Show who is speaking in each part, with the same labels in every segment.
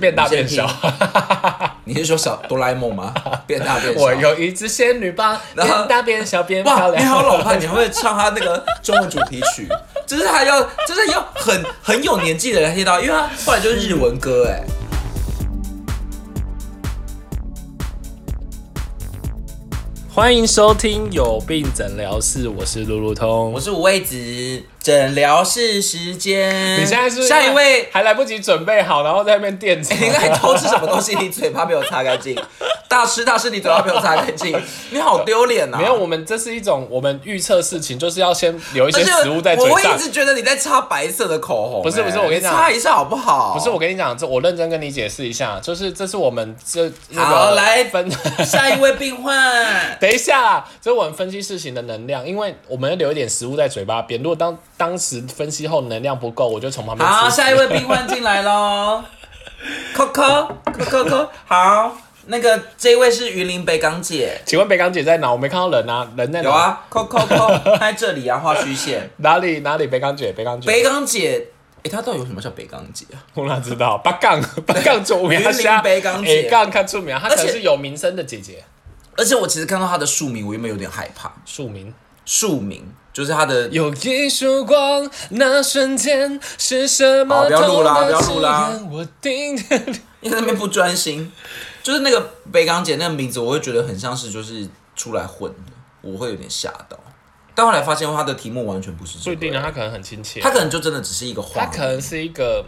Speaker 1: 变大变小。
Speaker 2: 你是说小哆啦 A 梦吗？变大变小。
Speaker 1: 我有一只仙女棒，
Speaker 2: 然
Speaker 1: 变
Speaker 2: 后
Speaker 1: 大变小变漂
Speaker 2: 哇，
Speaker 1: 亮。
Speaker 2: 你好老派，你还会唱他那个中文主题曲， 就是他要，就是要很很有年纪的人才听到，因为他后来就是日文歌哎。
Speaker 1: 欢迎收听有病诊疗室，我是路路
Speaker 2: 我
Speaker 1: 通。
Speaker 2: 是五味子，诊疗室时间。
Speaker 1: 你现在是不是
Speaker 2: 下一位， 哎
Speaker 1: 还来不及准备好，然后在那边垫
Speaker 2: 你刚才 偷吃什么东西？你嘴巴没有擦干净， 大师大师，你嘴巴没有擦干净，你好丢脸啊呐！
Speaker 1: 没有，我们这是一种我们预测事情，就是要先留一些
Speaker 2: 而且
Speaker 1: 食物在嘴
Speaker 2: 我会
Speaker 1: 上
Speaker 2: 一。直觉得你在擦白色的口红、
Speaker 1: 不是不是
Speaker 2: 哎
Speaker 1: 我跟你讲
Speaker 2: 擦一下好不好？
Speaker 1: 不是，我跟你讲，这我认真跟你解释一下，就是这是我们这那
Speaker 2: 好
Speaker 1: 个
Speaker 2: 来
Speaker 1: 分。
Speaker 2: 下一位病患
Speaker 1: 等一下啦，这是我们分析事情的能量，因为我们要留一点食物在嘴巴边。如果当当时分析后能量不够， 我就从旁边
Speaker 2: 好，
Speaker 1: 吃。
Speaker 2: 下一位病患进 来喽。Coco Coco Coco，好，那个这位是云林北港姐，
Speaker 1: 请问北港姐在哪？我没看到人啊，人在哪？
Speaker 2: 有啊，Coco Coco，她在这里啊，画虚线。
Speaker 1: 哪里哪里？北港姐，北港姐，
Speaker 2: 北港姐，诶，她到底为什么叫北港姐啊？
Speaker 1: 我哪知道？八 杠八杠九名，啊
Speaker 2: 云林北港姐
Speaker 1: 北杠看出名，啊她可能
Speaker 2: 而且
Speaker 1: 是有名声的姐姐，
Speaker 2: 而且我其实看到她的署名，我原本有点害怕。
Speaker 1: 庶民。
Speaker 2: 署名就是她的，
Speaker 1: 有一束光，那瞬间是什么？
Speaker 2: 好不要录啦不要录啦！
Speaker 1: 我盯着你。
Speaker 2: 因为那边不专心，就是那个北港姐那个名字，我会觉得很像是就是出来混的，我会有点吓到。但后来发现她的题目完全不 是
Speaker 1: 不
Speaker 2: 这
Speaker 1: 一定
Speaker 2: 个，
Speaker 1: 啊，她可能很亲切，
Speaker 2: 她可能就真的只是一个话
Speaker 1: 她。可能是一个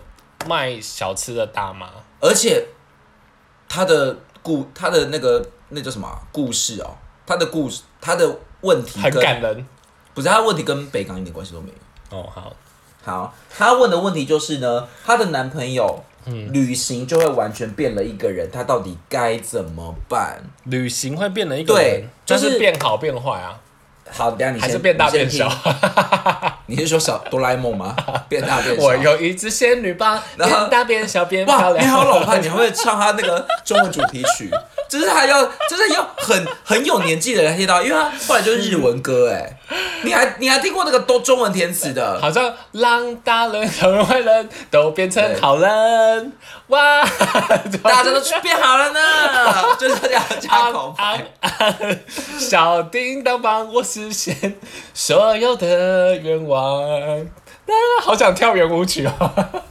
Speaker 1: 卖小吃的大妈。
Speaker 2: 而且他的故他的那个那叫什么啊、故事哦，他的故事他的问题
Speaker 1: 很
Speaker 2: 跟
Speaker 1: 感人。
Speaker 2: 不是他的问题跟北港一点关系都没有。
Speaker 1: 哦，好，
Speaker 2: 好，他问的问题就是呢，她的男朋友
Speaker 1: 嗯
Speaker 2: 旅行就会完全变了一个人，她到底该怎么办？
Speaker 1: 旅行会变成一个
Speaker 2: 对
Speaker 1: 人，
Speaker 2: 就
Speaker 1: 就是是变好变坏啊，
Speaker 2: 好，等一下你
Speaker 1: 还
Speaker 2: 先
Speaker 1: 是变大变小
Speaker 2: 你。先听你是说小哆啦 A 梦 吗？变大变小。
Speaker 1: 我有一只仙女棒，
Speaker 2: 然后
Speaker 1: 变大变小变漂
Speaker 2: 哇，
Speaker 1: 亮。
Speaker 2: 你好老派，你还会唱他那个中文主题 曲，就是他要，就是要很很有年纪的人才听到，因为他后来就是日文歌 哎，你还你还听过那个都中文填词的，
Speaker 1: 好像让大人、小人、坏人都变成好人，哇！
Speaker 2: 大家都变好 了呢，就是这样加口
Speaker 1: 啊
Speaker 2: 牌。
Speaker 1: 啊！小叮当帮我实现所有的愿望。啊，好想跳圆舞曲哦！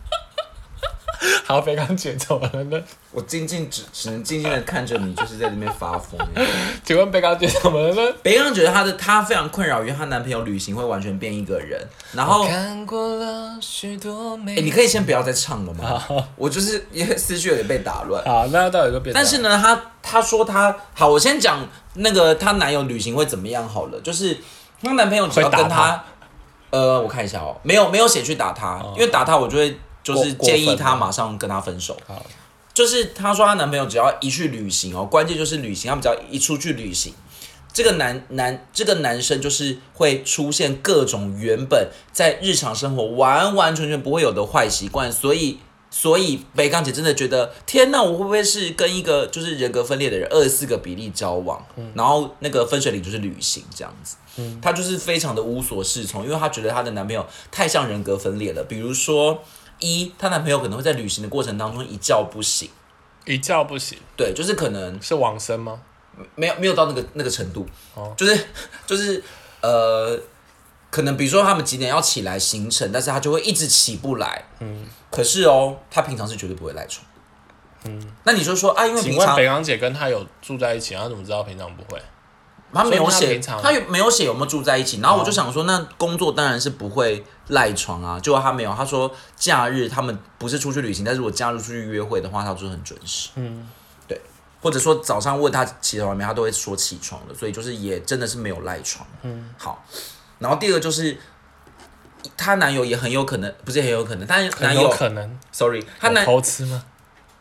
Speaker 1: 好，北港姐怎么了呢？
Speaker 2: 我静静只只能静静的看着你，就是在那边发疯。
Speaker 1: 请问北港姐怎么了呢？
Speaker 2: 北港觉得她的她非常困扰，因为她男朋友旅行会完全变一个人，然后。
Speaker 1: 看过了许多美。
Speaker 2: 哎、你可以先不要再唱了 吗？我就是因为思绪有点被打乱。
Speaker 1: 好，啊那到底都变成？
Speaker 2: 但是呢，她她说她好，我先讲那个她男友旅行会怎么样好了，就是她男朋友只要跟
Speaker 1: 会打她
Speaker 2: 她，呃，我看一下哦，没有没有写去打她，因为打她我就会就是
Speaker 1: 哦过过分
Speaker 2: 建议她
Speaker 1: 了
Speaker 2: 马上跟她分手
Speaker 1: 好。
Speaker 2: 就是她说她男朋友只要一去旅行哦，关键就是旅行，他们只要一出去旅行，这个男男这个男生就是会出现各种原本在日常生活完完全全不会有的坏习惯，所以所以北港姐真的觉得天呐，我会不会是跟一个就是人格分裂的人二十四个比例交往，
Speaker 1: 嗯
Speaker 2: 然后那个分水岭就是旅行这样子，她就是非常的无所适从，因为她觉得她的男朋友太像人格分裂了，比如说一，她男朋友可能会在旅行的过程当中一觉不醒，
Speaker 1: 一觉不醒
Speaker 2: 对，就是可能
Speaker 1: 是往生吗？
Speaker 2: 没有没有到那个那个程度，
Speaker 1: 哦
Speaker 2: 就是就是呃，可能比如说他们几点要起来行程，但是他就会一直起不来，嗯，可是哦，他平常是绝对不会赖床，嗯，那你就说啊，因为
Speaker 1: 请
Speaker 2: 平
Speaker 1: 问
Speaker 2: 常
Speaker 1: 北港姐跟他有住在一起，他怎么知道平常不会？
Speaker 2: 他没有
Speaker 1: 所以他
Speaker 2: 写，
Speaker 1: 平常哦
Speaker 2: 他有没有写有没有住在一起？然后我就想说，那工作当然是不会赖床啊，结果他没有，他说假日他们不是出去旅行，但是我假日出去约会的话，他就是很准时，嗯，对，或者说早上问他起床了没，他都会说起床了，所以就是也真的是没有赖床，嗯，好，然后第二个就是。她男友也很有可能，不是很有可能，但男
Speaker 1: 很
Speaker 2: 友
Speaker 1: 有可能。
Speaker 2: ，sorry，她男
Speaker 1: 有偷吃吗？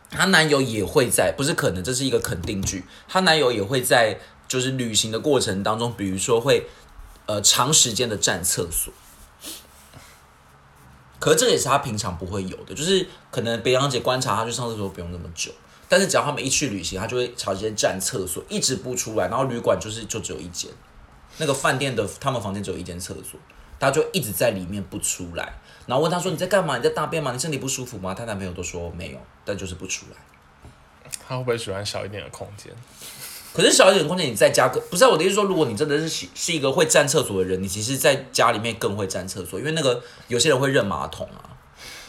Speaker 2: 她男友也会在，不是可能，这是一个肯定句。她男友也会在，就是旅行的过程当中，比如说会，呃，长时间的占厕所。可是这个也是她平常不会有的，就是可能北洋姐观察她去上厕所不用那么久，但是只要他们一去旅行，她就会长时间占厕所，一直不出来，然后旅馆就是就只有一间，那个饭店的他们房间只有一间厕所，她就一直在里面不出来。然后问她说：“你在干嘛？你在大便吗？你身体不舒服吗？”她男朋友都说没有，但就是不出来。
Speaker 1: 他会不会喜欢小一点的空间？
Speaker 2: 可是小一点空间，你在家更不是、啊、我的意思说，如果你真的是喜是一个会占厕所的人，你其实在家里面更会占厕所，因为那个有些人会认马桶啊，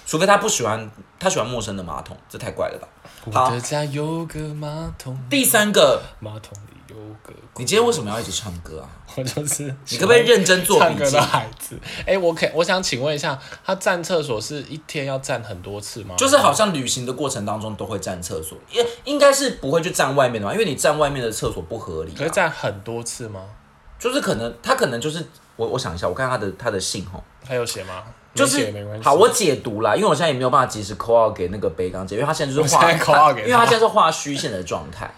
Speaker 2: 除非他不喜欢，他喜欢陌生的马桶，这太怪了吧？
Speaker 1: 我
Speaker 2: 好
Speaker 1: 的家有个马桶，
Speaker 2: 第三个，
Speaker 1: 马桶里有个
Speaker 2: 你今天为什么要一直唱歌啊？
Speaker 1: 我就是
Speaker 2: 你可不可以认真做
Speaker 1: 唱
Speaker 2: 笔
Speaker 1: 歌
Speaker 2: 记
Speaker 1: 的？孩子？哎、我可我想请问一下，他占厕所是一天要占很多次吗？
Speaker 2: 就是好像旅行的过程当中都会占厕所，应应该是不会去占外面的嘛，因为你占外面的厕所不合理、
Speaker 1: 可是
Speaker 2: 啊。
Speaker 1: 占很多次吗？
Speaker 2: 就是可能他可能就是我我想一下，我看他的他的信吼，
Speaker 1: 还有写吗？
Speaker 2: 就
Speaker 1: 没
Speaker 2: 是
Speaker 1: 写没关系。
Speaker 2: 好，我解读啦，因为我现在也没有办法及时 call out 给那个北港姐，因为她现在就是
Speaker 1: 我
Speaker 2: 画，
Speaker 1: 现在 call out
Speaker 2: 她
Speaker 1: 给她
Speaker 2: 因为她现在是画虚线的状态。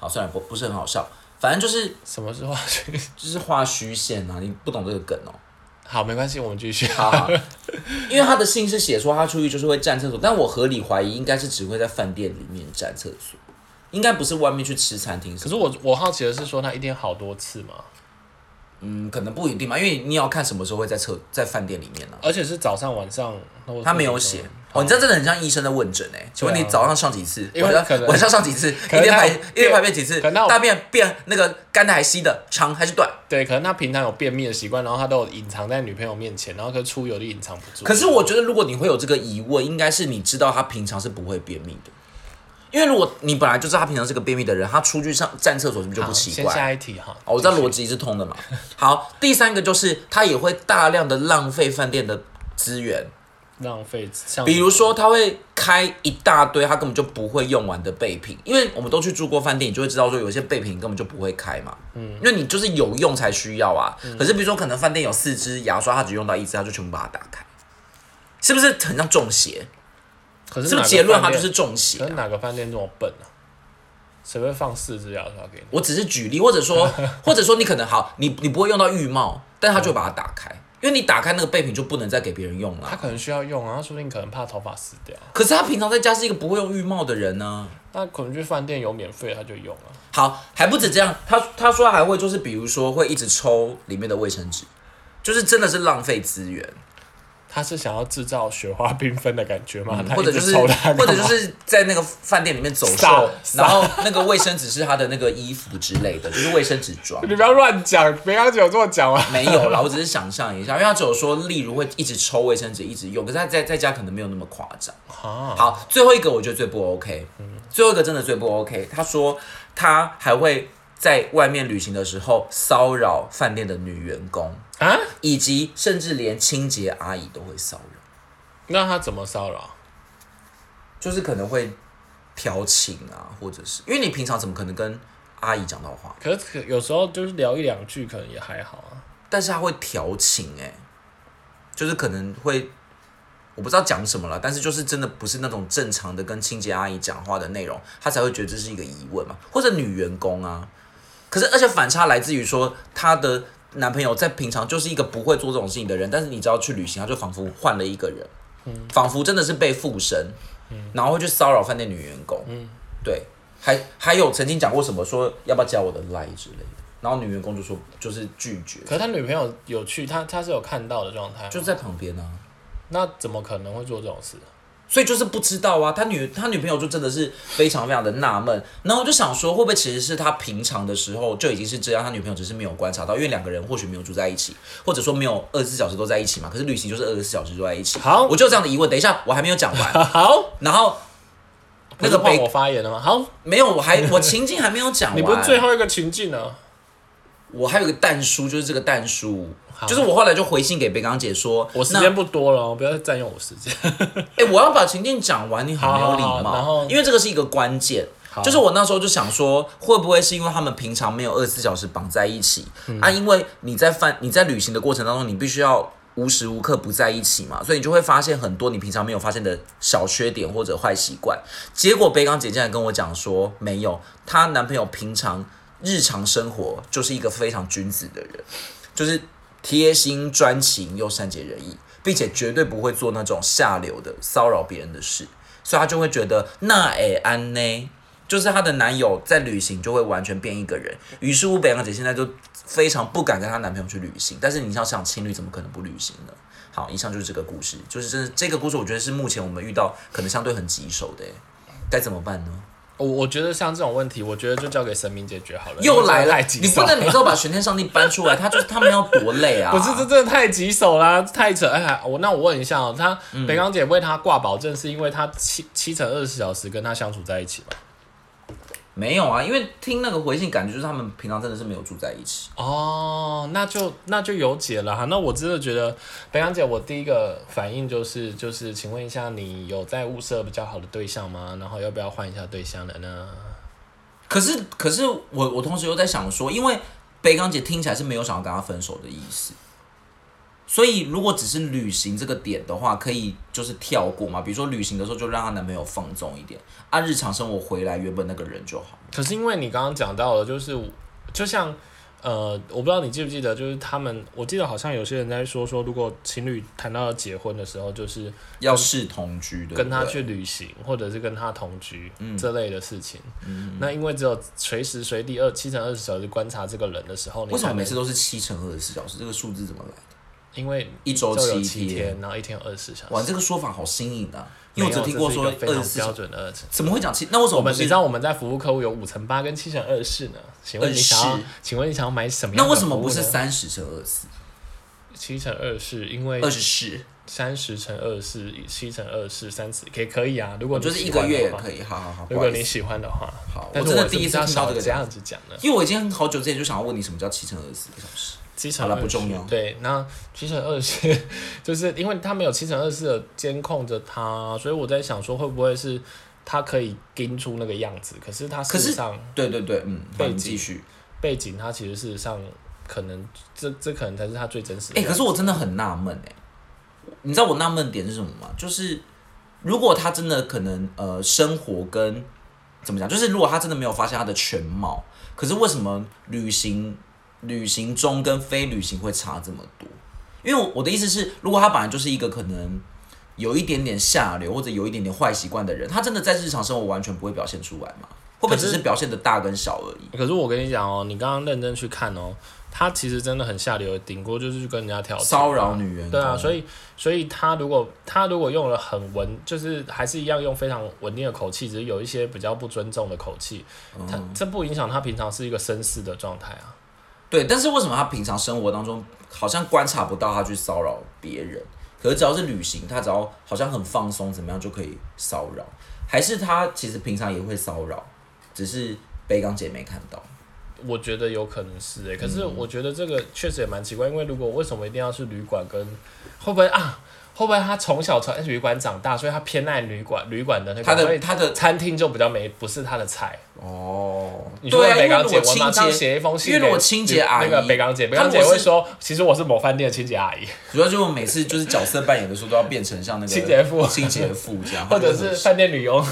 Speaker 2: 好，虽然不不是很好笑，反正就是
Speaker 1: 什么是话剧？
Speaker 2: 就是画虚线啊，你不懂这个梗哦、
Speaker 1: 好，没关系，我们继续。
Speaker 2: 好 好，因为他的信是写说他出去就是会占厕所，但我合理怀疑应该是只会在饭店里面占厕所，应该不是外面去吃餐厅。
Speaker 1: 可是我我好奇的是说，他一天好多次吗？
Speaker 2: 嗯，可能不一定嘛，因为你要看什么时候会在厕在饭店里面呢、啊
Speaker 1: 而且是早上晚上，那我
Speaker 2: 他没有写。哦，你这真的很像医生的问诊哎、请问你早上上几次？
Speaker 1: 因为
Speaker 2: 晚
Speaker 1: 可
Speaker 2: 上
Speaker 1: 能
Speaker 2: 晚上上几次？一
Speaker 1: 可能
Speaker 2: 天
Speaker 1: 他
Speaker 2: 排
Speaker 1: 有
Speaker 2: 一天排便几次？
Speaker 1: 可能他有
Speaker 2: 大便变那个干的还稀的，长还是短？
Speaker 1: 对，可能他平常有便秘的习惯，然后他都有隐藏在女朋友面前，然后可是出游就隐藏不住。
Speaker 2: 可是我觉得，如果你会有这个疑问，应该是你知道他平常是不会便秘的，因为如果你本来就知道他平常是个便秘的人，他出去上占厕所是不是就
Speaker 1: 好
Speaker 2: 不奇
Speaker 1: 先
Speaker 2: 怪？
Speaker 1: 下一题哈。
Speaker 2: 哦，我知道
Speaker 1: 继续
Speaker 2: 逻辑是通的嘛。好，第三个就是他也会大量的浪费饭店的资源，
Speaker 1: 浪费，像
Speaker 2: 比如说他会开一大堆他根本就不会用完的备品，因为我们都去住过饭店，你就会知道说有一些备品你根本就不会开嘛，嗯，因为你就是有用才需要啊。
Speaker 1: 嗯
Speaker 2: 可是比如说可能饭店有四支牙刷，他只用到一支，他就全部把它打开，是不是很像中邪？
Speaker 1: 可是
Speaker 2: 是
Speaker 1: 哪
Speaker 2: 不
Speaker 1: 个
Speaker 2: 是结论他
Speaker 1: 饭
Speaker 2: 就
Speaker 1: 店
Speaker 2: 是中邪
Speaker 1: 可是？哪个饭店这么笨啊？谁会放四只牙刷给你？
Speaker 2: 我只是举例，或者 说，或者说你可能好，你你不会用到浴帽，但他就把它打开，
Speaker 1: 嗯
Speaker 2: 因为你打开那个备品就不能再给别人用了
Speaker 1: 他。可能需要用啊，他说不定可能怕头发死掉，啊
Speaker 2: 可是他平常在家是一个不会用浴帽的人呢、
Speaker 1: 那可能去饭店有免费他就用啊。
Speaker 2: 好，还不止这样，他他说还会就是比如说会一直抽里面的卫生纸，就是真的是浪费资源，
Speaker 1: 他是想要制造雪花缤纷的感觉吗？他
Speaker 2: 嗯或者
Speaker 1: 一
Speaker 2: 就
Speaker 1: 直
Speaker 2: 是
Speaker 1: 抽他干嘛
Speaker 2: 或者就是在那个饭店里面走
Speaker 1: 撒
Speaker 2: 秀，
Speaker 1: 撒
Speaker 2: 然后那个卫生纸是他的那个衣服之类的，就是卫生纸 装。
Speaker 1: 你不要乱讲，别刚姐有这么讲啊。
Speaker 2: 没有啦，我只是想象一下，因为他只有说，例如会一直抽卫生纸一直用，可是他在在家可能没有那么夸张。
Speaker 1: 啊，
Speaker 2: 好，最后一个我觉得最不 OK，最后一个真的最不 OK。他说他还会在外面旅行的时候骚扰饭店的女员工，
Speaker 1: 啊，
Speaker 2: 以及甚至连清洁阿姨都会骚扰，
Speaker 1: 那他怎么骚扰？
Speaker 2: 就是可能会调情啊，或者是因为你平常怎么可能跟阿姨讲到话，
Speaker 1: 可是可有时候就是聊一两句，可能也还好啊。
Speaker 2: 但是他会调情哎、就是可能会。我不知道讲什么了，但是就是真的不是那种正常的跟清洁阿姨讲话的内容，他才会觉得这是一个疑问嘛，或者女员工啊。可是而且反差来自于说她的男朋友在平常就是一个不会做这种事情的人，但是你只要去旅行，他就仿佛换了一个人，仿佛真的是被附身，然后会去骚扰饭店女员工，对，还还有曾经讲过什么说要不要加我的 line 之类的，然后女员工就说就是拒绝，
Speaker 1: 可是他女朋友有去，他他是有看到的状态吗，
Speaker 2: 就在旁边啊。
Speaker 1: 那怎么可能会做这 种事？
Speaker 2: 所以就是不知道啊，他女他女朋友就真的是非常非常的纳闷，然后我就想说，会不会其实是他平常的时候就已经是这样，他女朋友只是没有观察到，因为两个人或许没有住在一起，或者说没有二十四小时都在一起嘛，可是旅行就是二十四小时都在一起。
Speaker 1: 好
Speaker 2: 我就有这样的疑问，等一下我还没有讲完，
Speaker 1: 好，
Speaker 2: 然后
Speaker 1: 那
Speaker 2: 那个
Speaker 1: 个换
Speaker 2: 北
Speaker 1: 我发言了吗？好，
Speaker 2: 没有，我还我情境还没有讲 完，
Speaker 1: 你不是最后一个情境呢？
Speaker 2: 我还有个蛋叔，就是这个蛋叔，就是我后来就回信给北港姐说，
Speaker 1: 我时
Speaker 2: 那
Speaker 1: 间不多了哦，不要再占用我时间。
Speaker 2: 哎、我要把情境讲完，你很没有礼
Speaker 1: 好好
Speaker 2: 貌，
Speaker 1: 好然后
Speaker 2: 因为这个是一个关键。就是我那时候就想说，会不会是因为他们平常没有二十四小时绑在一起、啊？因为你在饭你在旅行的过程当中，你必须要无时无刻不在一起嘛，所以你就会发现很多你平常没有发现的小缺点或者坏习惯。结果北港姐竟然跟我讲说，没有，她男朋友平常日常生活就是一个非常君子的人，就是贴心、专情又善解人意，并且绝对不会做那种下流的骚扰别人的事，所以她就会觉得那哎安呢，就是她的男友在旅行就会完全变一个人。于是乎，北港姐现在就非常不敢跟她男朋友去旅行。但是你要想情侣怎么可能不旅行呢？好，以上就是这个故事，就是真的这个故事，我觉得是目前我们遇到可能相对很棘手的耶，该怎么办呢？
Speaker 1: 我我觉得像这种问题，我觉得就交给神明解决好了。
Speaker 2: 又来
Speaker 1: 因为
Speaker 2: 了
Speaker 1: 太，棘
Speaker 2: 你
Speaker 1: 手
Speaker 2: 不
Speaker 1: 了
Speaker 2: 能每次都把玄天上帝搬出来，他就是他们要多累 啊！
Speaker 1: 不是，这真的太棘手啦，太扯！哎，我那我问一下哦，她北港姐为她挂保证，是因为她七七乘二十小时跟她相处在一起吧？
Speaker 2: 没有啊，因为听那个回信，感觉就是他们平常真的是没有住在一起。
Speaker 1: 哦，那就那就有解了哈。那我真的觉得北港姐，我第一个反应就是就是，请问一下，你有在物色比较好的对象吗？然后要不要换一下对象了呢？
Speaker 2: 可是，可是我我同时又在想说，因为北港姐听起来是没有想要跟他分手的意思，所以如果只是旅行这个点的话，可以就是跳过嘛。比如说旅行的时候就让她男朋友放纵一点，按、日常生活回来原本那个人就好。
Speaker 1: 可是因为你刚刚讲到了，就是就像呃，我不知道你记不记得，就是他们，我记得好像有些人在说说，如果情侣谈到结婚的时候，就是
Speaker 2: 要是同居的，
Speaker 1: 跟他
Speaker 2: 对嗯
Speaker 1: 去旅行，或者是跟他同居、这类的事情。那因为只有随时随地二七乘二十小时观察这个人的时候，你
Speaker 2: 为什
Speaker 1: 才
Speaker 2: 么
Speaker 1: 能
Speaker 2: 每次都是七乘二十四小时？这个数字怎么来的？
Speaker 1: 因为
Speaker 2: 一周
Speaker 1: 就有
Speaker 2: 七
Speaker 1: 七
Speaker 2: 天，
Speaker 1: 然后一天有二十四小时？
Speaker 2: 哇，这个说法好新颖啊！因为我
Speaker 1: 没
Speaker 2: 只
Speaker 1: 有
Speaker 2: 听过说
Speaker 1: 这是一个非
Speaker 2: 二十
Speaker 1: 常
Speaker 2: 四
Speaker 1: 标准的二十。
Speaker 2: 怎么会讲七？那为什么
Speaker 1: 我
Speaker 2: 不
Speaker 1: 们你
Speaker 2: 是
Speaker 1: 知道我们在服务客户有五乘八跟七乘二四呢？请问你想要
Speaker 2: 24，
Speaker 1: 请问你想要买什么样
Speaker 2: 那
Speaker 1: 的
Speaker 2: 为什么
Speaker 1: 服务
Speaker 2: 不是
Speaker 1: 呢
Speaker 2: 三十乘二十四？
Speaker 1: 七乘二四？因为
Speaker 2: 二十四，
Speaker 1: 三十乘二四，七乘二四，三十也可以啊。如果你
Speaker 2: 就是一
Speaker 1: 喜
Speaker 2: 个
Speaker 1: 欢的
Speaker 2: 月也
Speaker 1: 话
Speaker 2: 可以。好好好，
Speaker 1: 如
Speaker 2: 不好
Speaker 1: 果
Speaker 2: 意
Speaker 1: 你
Speaker 2: 思，
Speaker 1: 喜欢的话，
Speaker 2: 好
Speaker 1: 但
Speaker 2: 我
Speaker 1: 是
Speaker 2: 真的
Speaker 1: 是
Speaker 2: 第一
Speaker 1: 比
Speaker 2: 次
Speaker 1: 较
Speaker 2: 听到
Speaker 1: 少
Speaker 2: 这个
Speaker 1: 这样子讲的。
Speaker 2: 因为我已经好久之前就想要问你什么叫七乘二十四个小时。
Speaker 1: 七乘
Speaker 2: 好啦
Speaker 1: 二
Speaker 2: 不重要
Speaker 1: 对，那七乘二是 就是因为他没有七乘二四的监控着他，所以我在想说会不会是他可以盯出那个样子，可是他事
Speaker 2: 可是
Speaker 1: 实上
Speaker 2: 对对对，嗯，好，
Speaker 1: 背
Speaker 2: 你
Speaker 1: 景
Speaker 2: 继续。
Speaker 1: 背景他其实事实上可能这这可能才是他最真实的
Speaker 2: 哎、
Speaker 1: 样
Speaker 2: 可
Speaker 1: 子。
Speaker 2: 是我真的很纳闷哎，你知道我纳闷的点是什么吗？就是如果他真的可能呃生活跟怎么讲，就是如果他真的没有发现他的全貌，可是为什么旅行旅行中跟非旅行会差这么多？因为我我的意思是，如果他本来就是一个可能有一点点下流或者有一点点坏习惯的人，他真的在日常生活完全不会表现出来吗？会不会只
Speaker 1: 可
Speaker 2: 是
Speaker 1: 是
Speaker 2: 表现的大跟小而已？
Speaker 1: 可是我跟你讲哦，你刚刚认真去看哦，他其实真的很下流，顶多就是去跟人家调情
Speaker 2: 骚扰女人，
Speaker 1: 对啊，所
Speaker 2: 以
Speaker 1: 以所以他如果他如果用了很稳，就是还是一样用非常稳定的口气，只是有一些比较不尊重的口气，
Speaker 2: 嗯
Speaker 1: 他这不影响他平常是一个绅士的状态啊。
Speaker 2: 对，但是为什么他平常生活当中好像观察不到他去骚扰别人？可是只要是旅行，他只要好像很放松，怎么样就可以骚扰？还是他其实平常也会骚扰，只是北港姐没看到？
Speaker 1: 我觉得有可能是诶、欸
Speaker 2: 嗯
Speaker 1: 可是我觉得这个确实也蛮奇怪，因为如果为什么一定要是旅馆跟会不会啊？会不会他从小从旅馆长大，所以他偏爱旅馆旅馆的那个，
Speaker 2: 他
Speaker 1: 所
Speaker 2: 的
Speaker 1: 以
Speaker 2: 他的
Speaker 1: 餐厅就比较没不是他的菜。
Speaker 2: 哦，
Speaker 1: 你
Speaker 2: 对
Speaker 1: 说
Speaker 2: 啊，
Speaker 1: 北
Speaker 2: 因为
Speaker 1: 港
Speaker 2: 如
Speaker 1: 姐，
Speaker 2: 果
Speaker 1: 我马
Speaker 2: 清
Speaker 1: 上
Speaker 2: 洁，
Speaker 1: 写一封信
Speaker 2: 因为如果
Speaker 1: 给
Speaker 2: 清洁阿姨
Speaker 1: 那个北港姐，北
Speaker 2: 她
Speaker 1: 港
Speaker 2: 如果
Speaker 1: 姐会
Speaker 2: 是
Speaker 1: 说，其实我是某饭店的清洁阿姨。
Speaker 2: 主要就是我每次就是角色扮演的时候都要变成像那个
Speaker 1: 清洁妇
Speaker 2: 清洁妇这样，
Speaker 1: 或者是饭店女佣，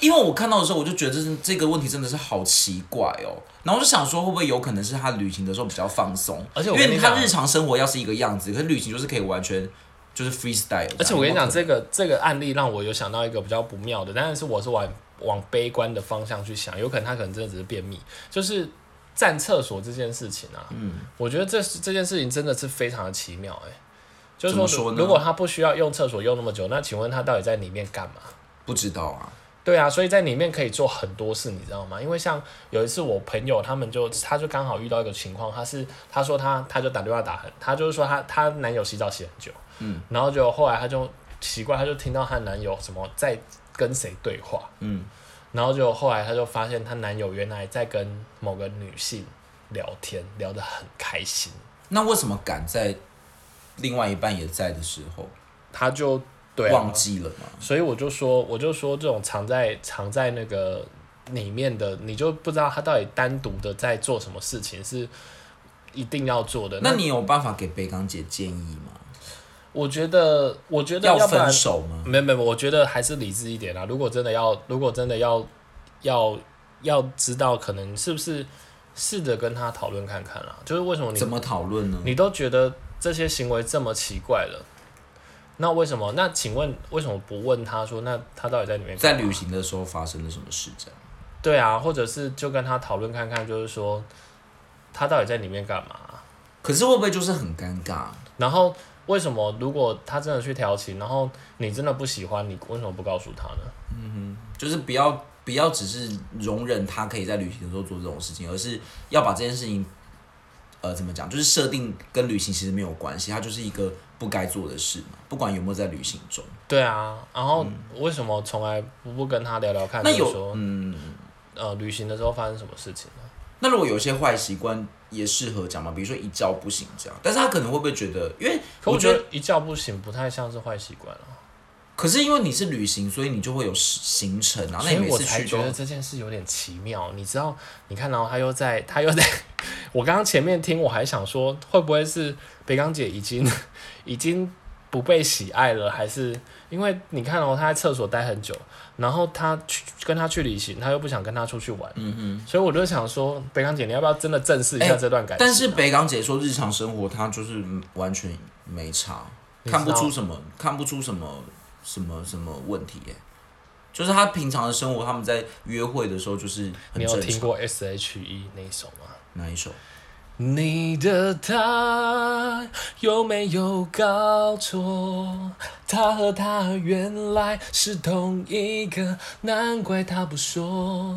Speaker 2: 因为我看到的时候，我就觉得这是这个问题真的是好奇怪哦。然后我就想说，会不会有可能是他旅行的时候比较放松，
Speaker 1: 而且
Speaker 2: 因
Speaker 1: 我跟
Speaker 2: 为
Speaker 1: 你
Speaker 2: 他
Speaker 1: 讲
Speaker 2: 日常生活要是一个样子，可是旅行就是可以完全就是 freestyle 这样。
Speaker 1: 而且我跟你讲，
Speaker 2: 有
Speaker 1: 这个这个案例让我有想到一个比较不妙的，但是我是往往悲观的方向去想，有可能他可能真的只是便秘，就是占厕所这件事情啊。嗯，我觉得这这件事情真的是非常的奇妙、欸，哎，就是
Speaker 2: 怎么
Speaker 1: 说，
Speaker 2: 说呢
Speaker 1: 如果他不需要用厕所用那么久，那请问他到底在里面干嘛？
Speaker 2: 不知道啊，
Speaker 1: 对啊，所以在里面可以做很多事，你知道吗？因为像有一次我朋友他们就，他就刚好遇到一个情况，他是他说他他就打电话打很，他就是说他他男友洗澡洗很久，嗯，然后就后来他就奇怪，他就听到她男友什么在跟谁对话，
Speaker 2: 嗯，
Speaker 1: 然后就后来她就发现她男友原来在跟某个女性聊天，聊得很开心，
Speaker 2: 那为什么敢在另外一半也在的时候、
Speaker 1: 他就对、啊、
Speaker 2: 忘记了呢？
Speaker 1: 所以我就说，我就说这种藏在藏在那个里面的，你就不知道他到底单独的在做什么事情是一定要做的。
Speaker 2: 那你有办法给北港姐建议吗？
Speaker 1: 我觉得，我觉得
Speaker 2: 要
Speaker 1: 要不然
Speaker 2: 分手吗？
Speaker 1: 没有没有，我觉得还是理智一点啦。啊如果真的要，如果真的要要要知道，可能是不是试着跟他讨论看看啦。就是为什么你
Speaker 2: 怎么讨论呢？
Speaker 1: 你都觉得这些行为这么奇怪了，那为什么？那请问为什么不问他说，那他到底在里面
Speaker 2: 在
Speaker 1: 干嘛
Speaker 2: 旅行的时候发生了什么事？这样
Speaker 1: 对啊，或者是就跟他讨论看看，就是说他到底在里面干嘛？
Speaker 2: 可是会不会就是很尴尬？啊
Speaker 1: 然后为什么如果他真的去调情，然后你真的不喜欢，你为什么不告诉他呢？
Speaker 2: 就是不要不要只是容忍他可以在旅行的时候做这种事情，而是要把这件事情，呃，怎么讲？就是设定跟旅行其实没有关系，它就是一个不该做的事嘛，不管有没有在旅行中。
Speaker 1: 对啊，然后为什么从来不不跟他聊聊看？
Speaker 2: 嗯那
Speaker 1: 就是
Speaker 2: 有
Speaker 1: 说，
Speaker 2: 嗯，
Speaker 1: 呃，旅行的时候发生什么事情呢？
Speaker 2: 那如果有一些坏习惯也适合讲嘛，比如说一觉不行这样，但是他可能会不会觉得，因为
Speaker 1: 可
Speaker 2: 我
Speaker 1: 我
Speaker 2: 觉
Speaker 1: 觉
Speaker 2: 得
Speaker 1: 得，一觉不醒不太像是坏习惯了，
Speaker 2: 可是因为你是旅行，所以你就会有行程啊，那
Speaker 1: 所
Speaker 2: 你
Speaker 1: 以
Speaker 2: 每
Speaker 1: 我
Speaker 2: 次
Speaker 1: 才
Speaker 2: 去
Speaker 1: 觉
Speaker 2: 都
Speaker 1: 得这件事有点奇妙。你知道，你看，然后他又在，他又在，我刚刚前面听我还想说，会不会是北港姐已经已经不被喜爱了，还是因为你看哦，他在厕所待很久，然后他去跟他去旅行，他又不想跟他出去玩，嗯嗯，所以我就想说，北港姐，你要不要真的正视一下
Speaker 2: 哎
Speaker 1: 这段感情啊、
Speaker 2: 但是北港姐说日常生活她就是完全没差，
Speaker 1: 你知道
Speaker 2: 看不出什么，看不出什么什么什么问题耶、就是她平常的生活，他们在约会的时候就是
Speaker 1: 你
Speaker 2: 很
Speaker 1: 有
Speaker 2: 正
Speaker 1: 听
Speaker 2: 常。
Speaker 1: 过 S.H.E 那一首吗？
Speaker 2: 哪一首？
Speaker 1: 你的他有没有搞错？他和她原来是同一个，难怪他不说。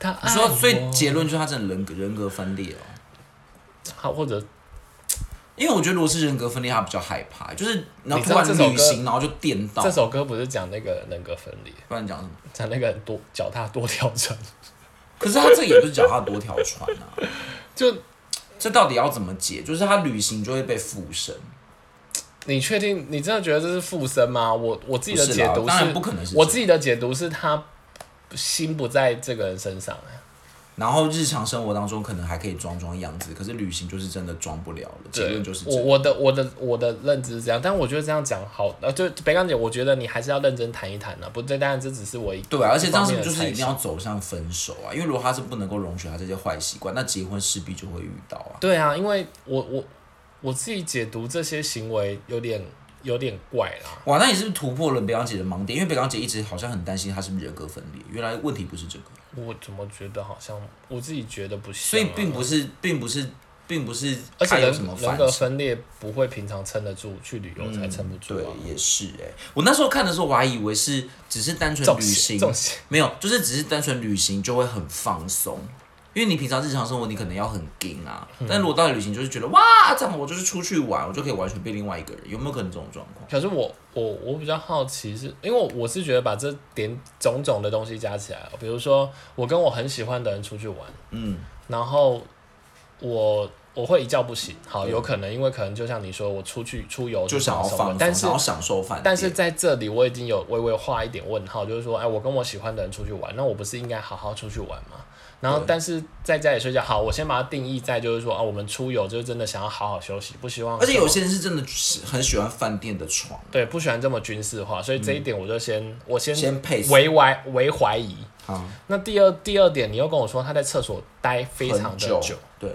Speaker 1: 他
Speaker 2: 你
Speaker 1: 爱
Speaker 2: 说，
Speaker 1: 我，
Speaker 2: 所以结论就是她真的人格人格分裂哦。
Speaker 1: 好，或者
Speaker 2: 因为我觉得如果是人格分裂，她比较害怕，就是然后
Speaker 1: 你
Speaker 2: 突
Speaker 1: 知道
Speaker 2: 然
Speaker 1: 这首歌
Speaker 2: 旅行，然后就电到
Speaker 1: 这。首歌不是讲那个人格分裂，
Speaker 2: 不然讲什么？
Speaker 1: 讲那个人多脚踏多条船，
Speaker 2: 可是她这也不是脚踏多条船啊，
Speaker 1: 就
Speaker 2: 这到底要怎么解？就是她旅行就会被附身。
Speaker 1: 你确定你真的觉得这是附身吗？我我自己的
Speaker 2: 不是
Speaker 1: 解
Speaker 2: 啦
Speaker 1: 读
Speaker 2: 当然不可能是这
Speaker 1: 我
Speaker 2: 样
Speaker 1: 自己的解读是他心不在这个人身上、哎
Speaker 2: 然后日常生活当中可能还可以装装样子，可是旅行就是真的装不了了。结论就是这
Speaker 1: 我
Speaker 2: 样。
Speaker 1: 我的我的我的认知是这样，但我觉得这样讲好，呃，就北港姐，我觉得你还是要认真谈一谈呢、不对，当然这只是我一
Speaker 2: 对啊，而且这样是不
Speaker 1: 一
Speaker 2: 是就
Speaker 1: 方面的猜
Speaker 2: 是一定
Speaker 1: 想
Speaker 2: 要走向分手啊？因为如果他是不能够容许他这些坏习惯，那结婚势必就会遇到啊。
Speaker 1: 对啊，因为我我我自己解读这些行为有点有点怪啦，
Speaker 2: 哇，那你是不是突破了北港姐的盲点？因为北港姐一直好像很担心她是不是人格分裂，原来问题不是这个，
Speaker 1: 我怎么觉得好像我自己觉得不像啊、
Speaker 2: 所以并不是，并不是，并不是，
Speaker 1: 而且
Speaker 2: 有
Speaker 1: 人
Speaker 2: 什么
Speaker 1: 人
Speaker 2: 反
Speaker 1: 格
Speaker 2: 省。
Speaker 1: 分裂不会平常撑得住，去旅游才撑不住
Speaker 2: 对
Speaker 1: 啊。，
Speaker 2: 也是哎、我那时候看的时候，我还以为是只是单纯
Speaker 1: 重
Speaker 2: 旅
Speaker 1: 邪
Speaker 2: 行，
Speaker 1: 重邪
Speaker 2: 没有，就是只是单纯旅行就会很放松，因为你平常日常生活你可能要很紧啊，
Speaker 1: 嗯
Speaker 2: 但如果到了旅行就是觉得哇，这样我就是出去玩，我就可以完全变另外一个人，有没有可能这种状况？
Speaker 1: 可是我我我比较好奇是，因为我我是觉得把这点种种的东西加起来，啊比如说我跟我很喜欢的人出去玩，
Speaker 2: 嗯，
Speaker 1: 然后我我会一觉不醒，好，有可能因为可能就像你说，我出去出游
Speaker 2: 就想要
Speaker 1: 放
Speaker 2: 放松，
Speaker 1: 但是
Speaker 2: 想要享受饭店，
Speaker 1: 但是在这里我已经有微微画一点问号，就是说，哎，我跟我喜欢的人出去玩，那我不是应该好好出去玩吗？然后
Speaker 2: 对
Speaker 1: 但是在家里睡觉，好，我先把它定义在就是说啊，我们出游就是真的想要好好休息，不希望
Speaker 2: 而且
Speaker 1: 这么
Speaker 2: 有些人是真的很喜欢饭店的床，
Speaker 1: 对，不喜欢这么军事化，所以这一点我就先、我先
Speaker 2: 嗯先配
Speaker 1: 为怀为怀疑。
Speaker 2: 啊，
Speaker 1: 那第二第二点，你又跟我说他在厕所待嗯非常
Speaker 2: 很
Speaker 1: 的久，
Speaker 2: 对，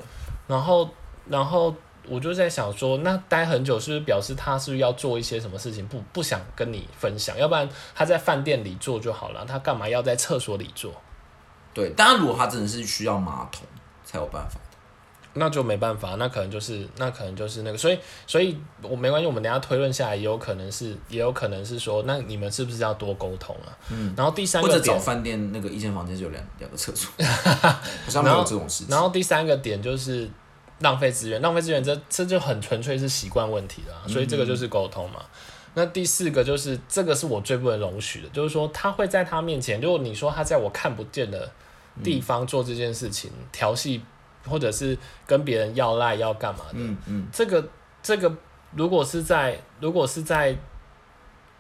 Speaker 1: 然后然后我就在想说，那待很久是不是表示他是不是要做一些什么事情不不想跟你分享？要不然他在饭店里做就好了，他干嘛要在厕所里做？
Speaker 2: 对。当然，如果他真的是需要马桶才有办法，
Speaker 1: 那就没办法，那可能就是那可能就是那个，所以所以我没关系，我们等一下推论下来，也有可能是也有可能是说，那你们是不是要多沟通啊？嗯，然后第三
Speaker 2: 或
Speaker 1: 个
Speaker 2: 者
Speaker 1: 点
Speaker 2: 找饭店那个一间房间只有两两个厕 所，好像没
Speaker 1: 然
Speaker 2: 有
Speaker 1: 后
Speaker 2: 这种事情。
Speaker 1: 然后第三个点就是浪费资源，浪费资源这这就很纯粹是习惯问题了啊、
Speaker 2: 嗯
Speaker 1: 所以这个就是沟通嘛。那第四个就是这个是我最不能容许的，就是说他会在他面前，如果你说他在我看不见的地方做这件事情，调戏或者是跟别人要赖要干嘛的，
Speaker 2: 嗯嗯。
Speaker 1: 这个这个如果是在如果是在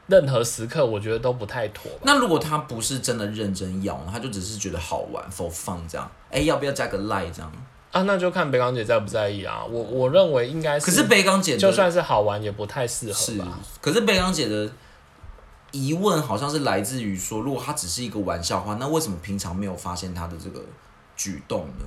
Speaker 1: 任何时刻，我觉得都不太妥吧。
Speaker 2: 那如果他不是真的认真要，他就只是觉得好玩 for fun 这样，哎、要不要加个 like 这样？
Speaker 1: 啊，那就看北港姐在不在意啊。我我认为应该
Speaker 2: 可是北港姐的
Speaker 1: 就算是好玩，也不太适合
Speaker 2: 是
Speaker 1: 吧。，
Speaker 2: 可是北港姐的疑问好像是来自于说，如果他只是一个玩笑话，那为什么平常没有发现他的这个举动呢？